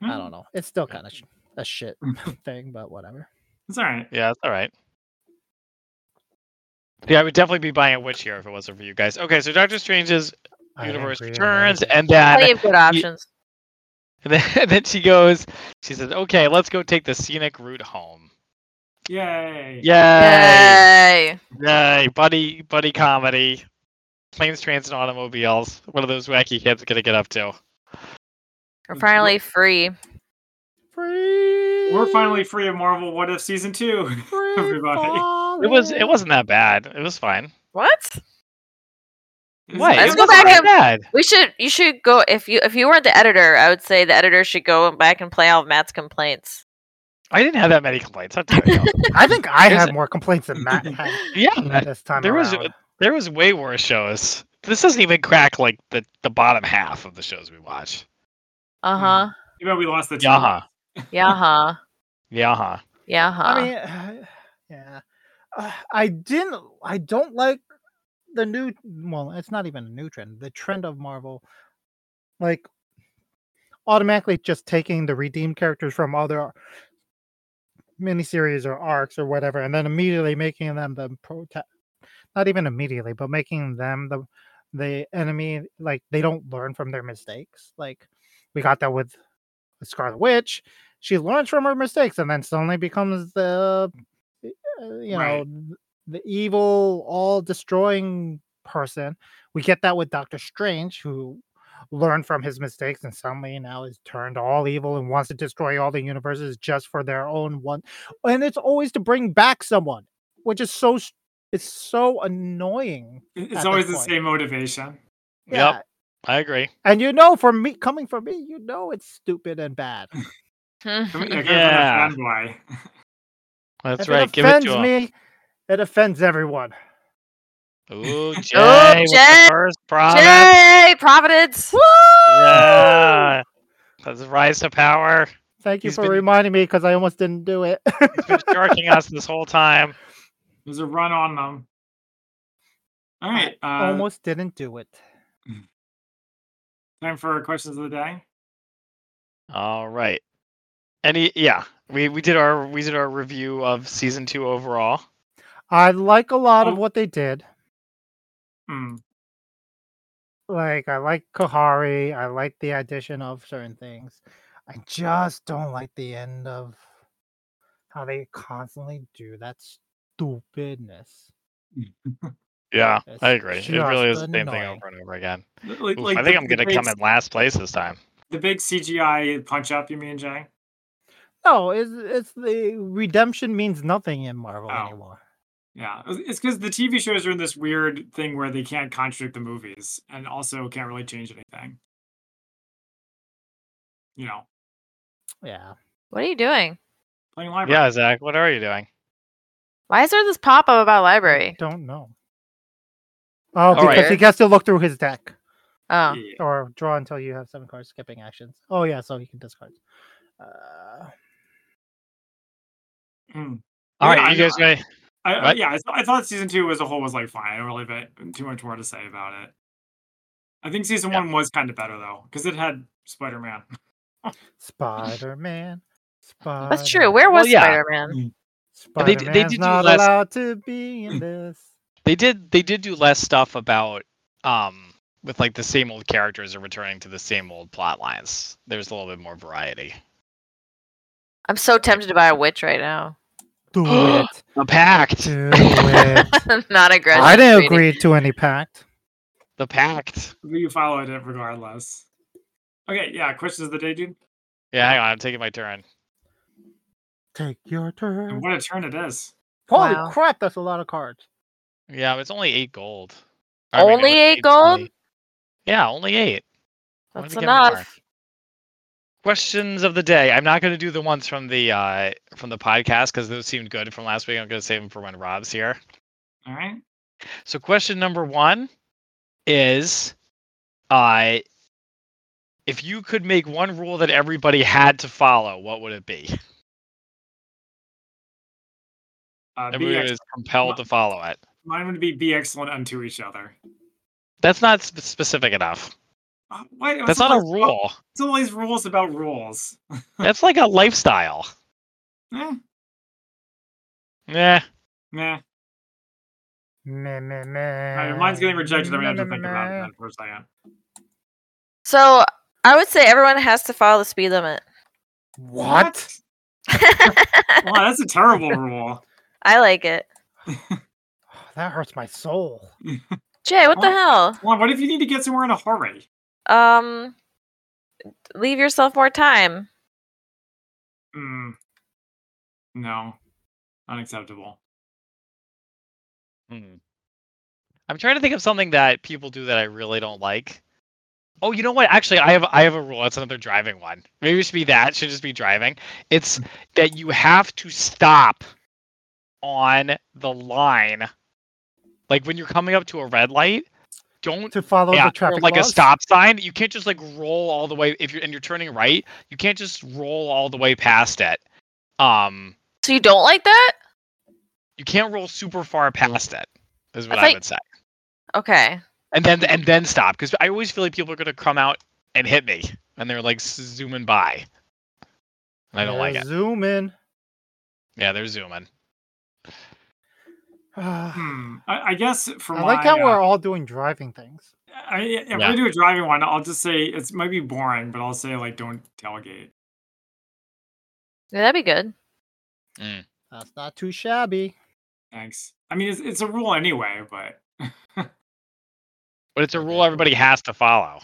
[SPEAKER 2] I
[SPEAKER 1] Hmm,
[SPEAKER 3] Mm-hmm.
[SPEAKER 2] don't know. It's still kind of sh- a shit
[SPEAKER 3] Mm.
[SPEAKER 2] [laughs] thing, but whatever.
[SPEAKER 1] It's all right.
[SPEAKER 3] Yeah, it's all right. Yeah, I would definitely be buying a witch here if it wasn't for you guys. Okay, so Doctor Strange's
[SPEAKER 2] I
[SPEAKER 3] universe
[SPEAKER 2] agree on
[SPEAKER 3] returns,
[SPEAKER 2] that.
[SPEAKER 3] and then
[SPEAKER 4] Plenty of good options.
[SPEAKER 3] [laughs] and then, and then she goes. She says, "Okay, let's go take the scenic route home."
[SPEAKER 1] Yay.
[SPEAKER 3] Yay!
[SPEAKER 4] Yay!
[SPEAKER 3] Yay, buddy, buddy comedy. Planes, trains, and automobiles. What are those wacky kids gonna get up to?
[SPEAKER 4] We're finally free.
[SPEAKER 2] Free,
[SPEAKER 1] We're finally free of Marvel What If Season [laughs] 2.
[SPEAKER 2] free
[SPEAKER 1] everybody.
[SPEAKER 3] It was it
[SPEAKER 2] falling.
[SPEAKER 3] wasn't that bad. It was fine.
[SPEAKER 4] What?
[SPEAKER 3] What?
[SPEAKER 4] Let's
[SPEAKER 3] it
[SPEAKER 4] go
[SPEAKER 3] wasn't
[SPEAKER 4] back
[SPEAKER 3] that
[SPEAKER 4] and-
[SPEAKER 3] bad.
[SPEAKER 4] We should. You should go if you if you weren't the editor. I would say the editor should go back and play all of Matt's complaints.
[SPEAKER 3] I didn't have that many complaints. I'll tell
[SPEAKER 2] [laughs]
[SPEAKER 3] you. [laughs]
[SPEAKER 2] I think I
[SPEAKER 3] There's
[SPEAKER 2] had
[SPEAKER 3] a-
[SPEAKER 2] more complaints than Matt
[SPEAKER 3] [laughs]
[SPEAKER 2] had
[SPEAKER 3] yeah,
[SPEAKER 2] this time
[SPEAKER 3] there was-
[SPEAKER 2] around.
[SPEAKER 3] there was way worse shows. This doesn't even crack like the, the bottom half of the shows we watch.
[SPEAKER 4] Uh huh.
[SPEAKER 1] You know, we lost the team.
[SPEAKER 3] Yaha,
[SPEAKER 4] Yeah huh.
[SPEAKER 3] yaha.
[SPEAKER 4] Yeah huh.
[SPEAKER 2] I mean, uh, [sighs] yeah, Uh, I didn't. I don't like the new. Well, it's not even a new trend. The trend of Marvel, like automatically just taking the redeemed characters from other miniseries or arcs or whatever, and then immediately making them the prota- Not even immediately, but making them the the enemy. Like they don't learn from their mistakes. Like we got that with Scarlet Witch she learns from her mistakes and then suddenly becomes the uh, you know
[SPEAKER 1] Right.
[SPEAKER 2] th- the evil all destroying person we get that with doctor strange who learned from his mistakes and suddenly now is turned all evil and wants to destroy all the universes just for their own one and it's always to bring back someone which is so s- it's so annoying
[SPEAKER 1] It-
[SPEAKER 2] At
[SPEAKER 1] It's always
[SPEAKER 2] this
[SPEAKER 1] the
[SPEAKER 2] point.
[SPEAKER 1] same motivation.
[SPEAKER 2] Yeah,
[SPEAKER 3] Yep, I agree.
[SPEAKER 2] and you know from me coming from me you know it's stupid and bad
[SPEAKER 4] [laughs]
[SPEAKER 1] [laughs] Come- you're
[SPEAKER 3] Yeah.
[SPEAKER 1] kind of a fanboy.
[SPEAKER 3] That's
[SPEAKER 2] if
[SPEAKER 3] right.
[SPEAKER 2] it
[SPEAKER 3] Give it
[SPEAKER 2] offends
[SPEAKER 3] to him.
[SPEAKER 2] me it offends everyone [laughs]
[SPEAKER 3] Ooh, Jay,
[SPEAKER 4] Oh,
[SPEAKER 3] with
[SPEAKER 4] Jay,
[SPEAKER 3] the first promise.
[SPEAKER 4] Yay, Providence!
[SPEAKER 3] Yeah, that's a rise to power.
[SPEAKER 2] Thank you
[SPEAKER 3] He's
[SPEAKER 2] for
[SPEAKER 3] been-
[SPEAKER 2] reminding me because I almost didn't do it.
[SPEAKER 3] He's
[SPEAKER 2] [laughs]
[SPEAKER 3] been sharking us this whole time.
[SPEAKER 1] There's a run on them. All right. Uh,
[SPEAKER 2] almost didn't do it.
[SPEAKER 1] Time for questions of the day.
[SPEAKER 3] All right. Any yeah, we we did our we did our review of season two overall.
[SPEAKER 2] I like a lot of
[SPEAKER 1] Oh.
[SPEAKER 2] what they did.
[SPEAKER 1] Hmm.
[SPEAKER 2] Like I like Kahari. I like the addition of certain things. I just don't like the end of how they constantly do that stupidness.
[SPEAKER 3] Yeah,
[SPEAKER 2] It's
[SPEAKER 3] I agree. It really is
[SPEAKER 2] just
[SPEAKER 3] the same thing
[SPEAKER 2] annoying.
[SPEAKER 3] over and over again. [laughs]
[SPEAKER 1] Like,
[SPEAKER 3] Oof,
[SPEAKER 1] like
[SPEAKER 3] I think
[SPEAKER 1] the-
[SPEAKER 3] I'm
[SPEAKER 1] the
[SPEAKER 3] gonna
[SPEAKER 1] big
[SPEAKER 3] come
[SPEAKER 1] s-
[SPEAKER 3] in last place this time.
[SPEAKER 1] The big CGI punch up, you mean, Jay?
[SPEAKER 2] No, it's it's the redemption means nothing in Marvel
[SPEAKER 1] Oh.
[SPEAKER 2] anymore.
[SPEAKER 1] Yeah, it's- it's because the TV shows are in this weird thing where they can't contradict the movies and also can't really change anything. You know,
[SPEAKER 2] Yeah.
[SPEAKER 4] What are you doing?
[SPEAKER 1] playing library.
[SPEAKER 3] Yeah, Zach, what are you doing?
[SPEAKER 4] Why is there this pop up about library?
[SPEAKER 2] Don't know. Oh,
[SPEAKER 3] All
[SPEAKER 2] because
[SPEAKER 3] right.
[SPEAKER 2] he gets to look through his deck.
[SPEAKER 4] Oh,
[SPEAKER 1] Yeah.
[SPEAKER 2] or draw until you have seven cards skipping actions. Oh yeah, so you can discard. Uh,
[SPEAKER 1] Mm.
[SPEAKER 3] All right,
[SPEAKER 1] Yeah, I
[SPEAKER 3] you guys ready?
[SPEAKER 1] I, I-
[SPEAKER 3] What?
[SPEAKER 1] yeah, I, th- I thought season two as a whole was like fine. I don't really have mm, too much more to say about it. I think season
[SPEAKER 3] Yeah.
[SPEAKER 1] one was kind of better though, because it had Spider Man.
[SPEAKER 2] Spider Man. Spider.
[SPEAKER 4] That's true. Where was
[SPEAKER 3] yeah.
[SPEAKER 4] Spider Man?
[SPEAKER 3] They
[SPEAKER 2] Spider
[SPEAKER 3] d- they
[SPEAKER 2] Man's
[SPEAKER 3] did do
[SPEAKER 2] not
[SPEAKER 3] less-
[SPEAKER 2] allowed to be
[SPEAKER 3] [laughs]
[SPEAKER 2] in this.
[SPEAKER 3] They did they did do less stuff about um with like the same old characters are returning to the same old plot lines. There's a little bit more variety.
[SPEAKER 4] I'm so tempted to buy a witch right now. [laughs] [gasps]
[SPEAKER 2] Do it.
[SPEAKER 3] The
[SPEAKER 2] [laughs]
[SPEAKER 3] pact.
[SPEAKER 2] Do it.
[SPEAKER 4] Not aggressive.
[SPEAKER 2] I didn't
[SPEAKER 4] reading.
[SPEAKER 2] agree to any pact.
[SPEAKER 3] The pact.
[SPEAKER 1] [laughs] You followed it regardless. Okay, yeah. Questions of the day, dude.
[SPEAKER 3] Yeah, hang on, I'm taking my turn.
[SPEAKER 2] Take your
[SPEAKER 1] And
[SPEAKER 2] turn.
[SPEAKER 1] what a turn it is.
[SPEAKER 2] Holy
[SPEAKER 4] Wow.
[SPEAKER 2] crap, that's a lot of cards.
[SPEAKER 3] Yeah, but it's only eight gold.
[SPEAKER 4] Only
[SPEAKER 3] it-
[SPEAKER 4] eight
[SPEAKER 3] it's
[SPEAKER 4] gold?
[SPEAKER 3] only- Yeah, only eight. I wanted
[SPEAKER 4] That's
[SPEAKER 3] to get more.
[SPEAKER 4] enough.
[SPEAKER 3] Questions of the day. I'm not going to do the ones from the uh from the podcast because those seemed good from last week. I'm going to save them for when Rob's here.
[SPEAKER 1] All right.
[SPEAKER 3] So question number one is, uh, if you could make one rule that everybody had to follow, what would it be?
[SPEAKER 1] Uh, be
[SPEAKER 3] Everybody
[SPEAKER 1] ex-
[SPEAKER 3] is compelled to follow it.
[SPEAKER 1] mine would be be excellent unto each other.
[SPEAKER 3] That's not sp- specific enough.
[SPEAKER 1] Uh, why,
[SPEAKER 3] That's
[SPEAKER 1] it's
[SPEAKER 3] not
[SPEAKER 1] all
[SPEAKER 3] a
[SPEAKER 1] these-
[SPEAKER 3] rule.
[SPEAKER 1] It's all these rules about rules.
[SPEAKER 3] That's like a lifestyle.
[SPEAKER 1] Eh,
[SPEAKER 3] Yeah.
[SPEAKER 1] meh.
[SPEAKER 2] Meh, meh,
[SPEAKER 1] All
[SPEAKER 2] meh.
[SPEAKER 1] right, mine's getting rejected. I'm gonna have to
[SPEAKER 2] Meh,
[SPEAKER 1] think
[SPEAKER 2] meh,
[SPEAKER 1] about
[SPEAKER 2] meh.
[SPEAKER 1] that for a second.
[SPEAKER 4] So I would say everyone has to follow the speed limit.
[SPEAKER 2] What?
[SPEAKER 1] wow, that's a terrible rule.
[SPEAKER 4] I like it.
[SPEAKER 2] Oh, That hurts my soul.
[SPEAKER 4] Jay, what the hell?
[SPEAKER 1] Well, what if you need to get somewhere in a hurry?
[SPEAKER 4] Um, leave yourself more time.
[SPEAKER 1] Mm. No, unacceptable.
[SPEAKER 3] Hmm. I'm trying to think of something that people do that I really don't like. Oh, you know what? Actually, I have I have a rule. That's another driving one. Maybe it should be that. It should just be driving. It's that you have to stop on the line, like when you're coming up to a red light. Don't
[SPEAKER 2] To follow
[SPEAKER 3] yeah,
[SPEAKER 2] Oh, the
[SPEAKER 3] or
[SPEAKER 2] traffic
[SPEAKER 3] like a
[SPEAKER 2] laws?
[SPEAKER 3] stop sign. You can't just like roll all the way if you're and you're turning right. You can't just roll all the way past it. Um,
[SPEAKER 4] So you don't like that?
[SPEAKER 3] you can't roll super far past it. Is what
[SPEAKER 4] I
[SPEAKER 3] I
[SPEAKER 4] thought-
[SPEAKER 3] would say.
[SPEAKER 4] Okay.
[SPEAKER 3] and then and then stop because I always feel like people are gonna come out and hit me, and they're like s- zooming by, and I don't like
[SPEAKER 2] Yeah,
[SPEAKER 3] it.
[SPEAKER 2] Zoom in. [sighs]
[SPEAKER 3] Yeah, they're zooming.
[SPEAKER 2] I
[SPEAKER 1] Hmm. I, I guess for my,
[SPEAKER 2] like how
[SPEAKER 1] uh,
[SPEAKER 2] we're all doing driving things.
[SPEAKER 1] I, if
[SPEAKER 3] Yeah.
[SPEAKER 1] we do a driving one, I'll just say it's might be boring, but I'll say like don't delegate.
[SPEAKER 4] Yeah, that'd be good.
[SPEAKER 2] That's not too shabby.
[SPEAKER 1] Thanks. I mean, it's it's a rule anyway, but
[SPEAKER 3] But it's a
[SPEAKER 2] Okay,
[SPEAKER 3] rule
[SPEAKER 2] cool.
[SPEAKER 3] everybody has to follow.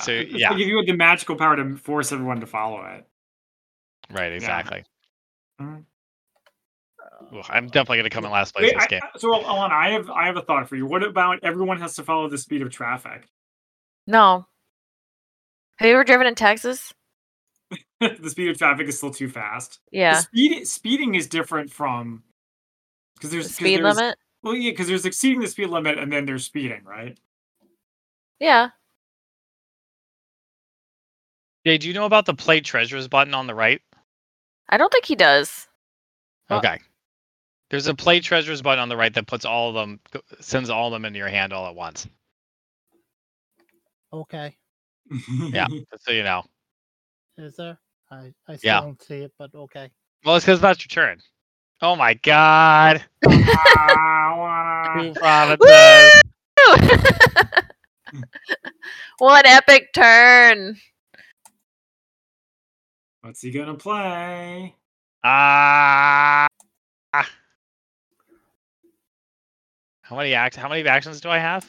[SPEAKER 1] [laughs]
[SPEAKER 3] so,
[SPEAKER 1] it's
[SPEAKER 3] yeah,
[SPEAKER 1] Like if you had the magical power to force everyone to follow it.
[SPEAKER 3] right, exactly.
[SPEAKER 1] Mhm.
[SPEAKER 3] Ooh, I'm definitely gonna come in last place
[SPEAKER 1] Wait,
[SPEAKER 3] this
[SPEAKER 1] I-
[SPEAKER 3] game.
[SPEAKER 1] I- so Alana, I have I have a thought for you. What about everyone has to follow the speed of traffic? [laughs]
[SPEAKER 4] No. Have you ever driven in Texas?
[SPEAKER 1] the speed of traffic is still too fast. The
[SPEAKER 4] Yeah.
[SPEAKER 1] Speed, speeding is different from because
[SPEAKER 4] The
[SPEAKER 1] there's 'cause
[SPEAKER 4] speed
[SPEAKER 1] there's-
[SPEAKER 4] limit?
[SPEAKER 1] Well, yeah, because there's exceeding the speed limit and then there's speeding, right?
[SPEAKER 4] Yeah.
[SPEAKER 3] Jay, do you know about the play treasures button on the right?
[SPEAKER 4] I don't think he does.
[SPEAKER 1] Uh,
[SPEAKER 4] Well-
[SPEAKER 3] Okay. There's a play treasures button on the right that puts all of them, go- sends all of them into your hand all at once.
[SPEAKER 2] Okay. [laughs]
[SPEAKER 3] Yeah.
[SPEAKER 1] Hmm.
[SPEAKER 3] Just so you know.
[SPEAKER 2] Is there? I, I still
[SPEAKER 3] Yeah.
[SPEAKER 2] don't see it, but okay.
[SPEAKER 3] Well, it's because it's not your turn. Oh my God.
[SPEAKER 1] Alana.
[SPEAKER 3] [laughs] Two provinces.
[SPEAKER 4] What epic turn. [laughs]
[SPEAKER 1] What's he gonna play?
[SPEAKER 3] Ah. How many act? How many actions do I have?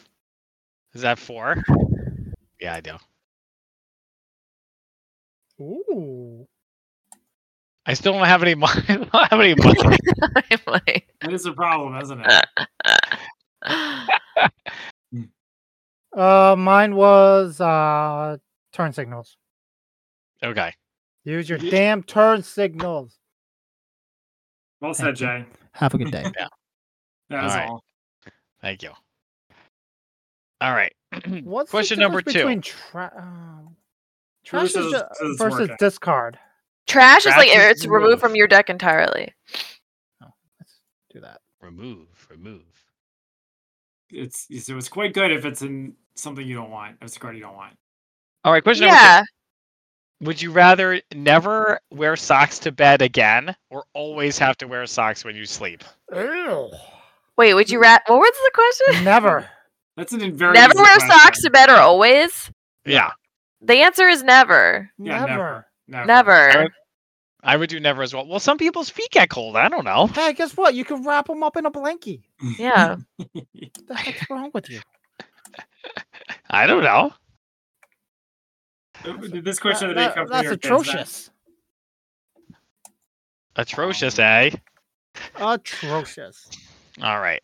[SPEAKER 3] Is that four? Yeah, I do.
[SPEAKER 2] Ooh.
[SPEAKER 3] I still don't have any money. [laughs] I don't have any money.
[SPEAKER 4] I'm like,
[SPEAKER 1] That is a problem, isn't it?
[SPEAKER 2] Uh, mine was uh turn signals.
[SPEAKER 3] okay.
[SPEAKER 2] Use your
[SPEAKER 1] Yeah.
[SPEAKER 2] damn turn signals.
[SPEAKER 1] Well said, Jay.
[SPEAKER 2] Have a good day.
[SPEAKER 1] That is
[SPEAKER 3] Alright.
[SPEAKER 1] all.
[SPEAKER 3] Thank you. All right. [clears throat]
[SPEAKER 2] What's
[SPEAKER 3] Question
[SPEAKER 2] the
[SPEAKER 3] number
[SPEAKER 2] difference
[SPEAKER 3] two.
[SPEAKER 2] Between tra- um,
[SPEAKER 1] Truly
[SPEAKER 2] trash is,
[SPEAKER 1] says-
[SPEAKER 2] uh,
[SPEAKER 1] says it's
[SPEAKER 2] versus
[SPEAKER 1] working.
[SPEAKER 2] discard.
[SPEAKER 4] Trash, is like
[SPEAKER 3] Trash is
[SPEAKER 4] it's removed from
[SPEAKER 3] removed.
[SPEAKER 4] your deck entirely.
[SPEAKER 2] Oh, let's do that.
[SPEAKER 3] Remove, remove.
[SPEAKER 1] It's so it's quite good if it's in something you don't want, a card you don't want.
[SPEAKER 3] All right, question number
[SPEAKER 4] yeah.
[SPEAKER 3] two. Would you rather never wear socks to bed again or always have to wear socks when you sleep? [laughs]
[SPEAKER 4] Wait, would you rat? What was the
[SPEAKER 2] [laughs]
[SPEAKER 4] question?
[SPEAKER 2] Never.
[SPEAKER 1] That's an very
[SPEAKER 4] never
[SPEAKER 1] easy
[SPEAKER 4] wear socks to
[SPEAKER 1] question.
[SPEAKER 4] bed or always?
[SPEAKER 3] Yeah.
[SPEAKER 4] The answer is never.
[SPEAKER 1] Yeah,
[SPEAKER 2] never.
[SPEAKER 1] never. Never.
[SPEAKER 4] Never.
[SPEAKER 3] Alright. I would do never as well. Well, some people's feet get cold. I don't know.
[SPEAKER 2] Hey, guess what? You can wrap them up in a blankie.
[SPEAKER 4] [laughs] Yeah.
[SPEAKER 2] What the heck's wrong with you?
[SPEAKER 3] I don't know.
[SPEAKER 1] Uh, This question that, they
[SPEAKER 2] That- that-
[SPEAKER 1] come from
[SPEAKER 2] that's
[SPEAKER 1] your kids,
[SPEAKER 2] atrocious.
[SPEAKER 3] Atrocious, eh?
[SPEAKER 2] Atrocious.
[SPEAKER 3] All right.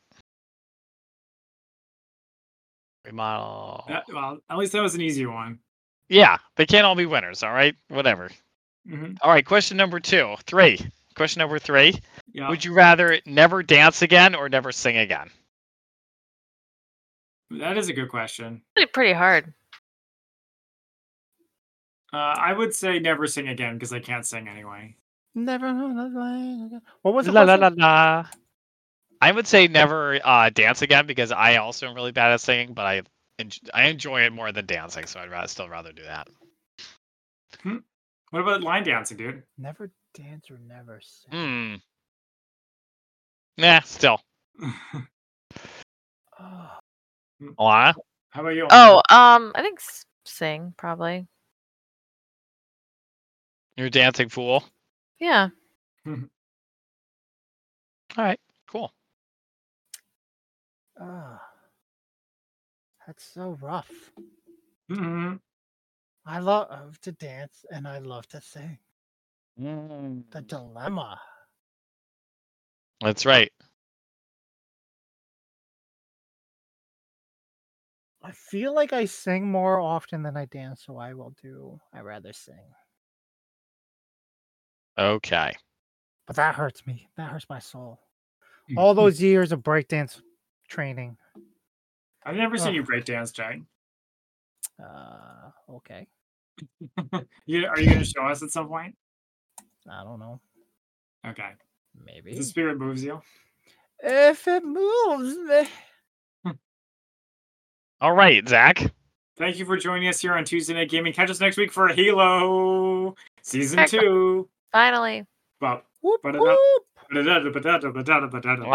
[SPEAKER 3] Remodel.
[SPEAKER 1] that- that- well, at least that was an easy one.
[SPEAKER 3] Yeah, they can't all be winners. All right, whatever.
[SPEAKER 1] Mhm.
[SPEAKER 3] All right, question number two, three. Question number three.
[SPEAKER 1] Yeah.
[SPEAKER 3] Would you rather never dance again or never sing again?
[SPEAKER 1] That is a good question.
[SPEAKER 4] Pretty- Pretty hard.
[SPEAKER 1] Uh, I would say never sing again because I can't sing anyway.
[SPEAKER 2] Never. What was it?
[SPEAKER 3] La la la la. I would say never uh, dance again because I also am really bad at singing, but I enj- I enjoy it more than dancing, so I'd rather, still rather do that.
[SPEAKER 1] What about line dancing, dude?
[SPEAKER 2] Never dance or never sing.
[SPEAKER 3] Hmm. Nah, still.
[SPEAKER 2] Oh,
[SPEAKER 3] Alana?
[SPEAKER 1] How about you?
[SPEAKER 4] Oh, um, I think s- sing probably.
[SPEAKER 3] You're a dancing fool.
[SPEAKER 4] Yeah.
[SPEAKER 3] All right, cool.
[SPEAKER 2] ah. That's so rough.
[SPEAKER 1] Mhm.
[SPEAKER 2] I love to dance and I love to sing. The dilemma.
[SPEAKER 3] That's right.
[SPEAKER 2] I feel like I sing more often than I dance, so I will do. I rather sing,
[SPEAKER 3] Okay.
[SPEAKER 2] but that hurts me. That hurts my soul.
[SPEAKER 1] Mm.
[SPEAKER 2] All those years of breakdance training.
[SPEAKER 1] I've never
[SPEAKER 2] Ugh.
[SPEAKER 1] seen you break dance, Jack.
[SPEAKER 2] Uh, okay.
[SPEAKER 1] You, are you going to show us at some point?
[SPEAKER 2] I don't know.
[SPEAKER 1] Okay.
[SPEAKER 2] Maybe
[SPEAKER 1] If the spirit moves you.
[SPEAKER 2] if it moves eh, me.
[SPEAKER 3] All right, Zach.
[SPEAKER 1] Thank you for joining us here on Tuesday Night Gaming. Catch us next week for Halo Season
[SPEAKER 4] Heck-
[SPEAKER 1] 2.
[SPEAKER 4] Finally.
[SPEAKER 1] Well,
[SPEAKER 2] Whoop,
[SPEAKER 1] But enough-
[SPEAKER 2] whoop.
[SPEAKER 1] I've
[SPEAKER 3] been waiting.
[SPEAKER 1] I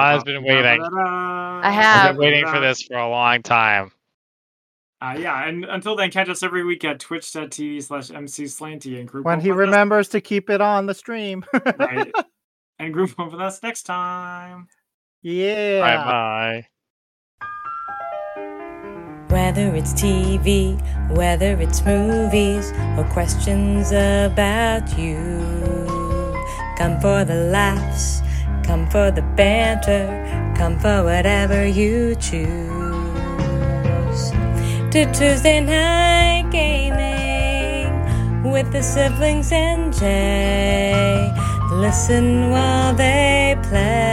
[SPEAKER 3] I've
[SPEAKER 4] have.
[SPEAKER 3] been waiting for this for a long time.
[SPEAKER 1] Uh, yeah, and until then, catch us every week at twitch.tv slash mcslanty and group
[SPEAKER 2] When
[SPEAKER 1] up
[SPEAKER 2] he
[SPEAKER 1] with us-
[SPEAKER 2] remembers to keep it on the stream. [laughs]
[SPEAKER 1] right, and group up with us next time.
[SPEAKER 2] yeah.
[SPEAKER 3] Bye bye.
[SPEAKER 5] Whether it's TV, whether it's movies, or questions about you. Come for the laughs, come for the banter, come for whatever you choose. To Tuesday Night Gaming with the siblings and Jay. Listen while they play.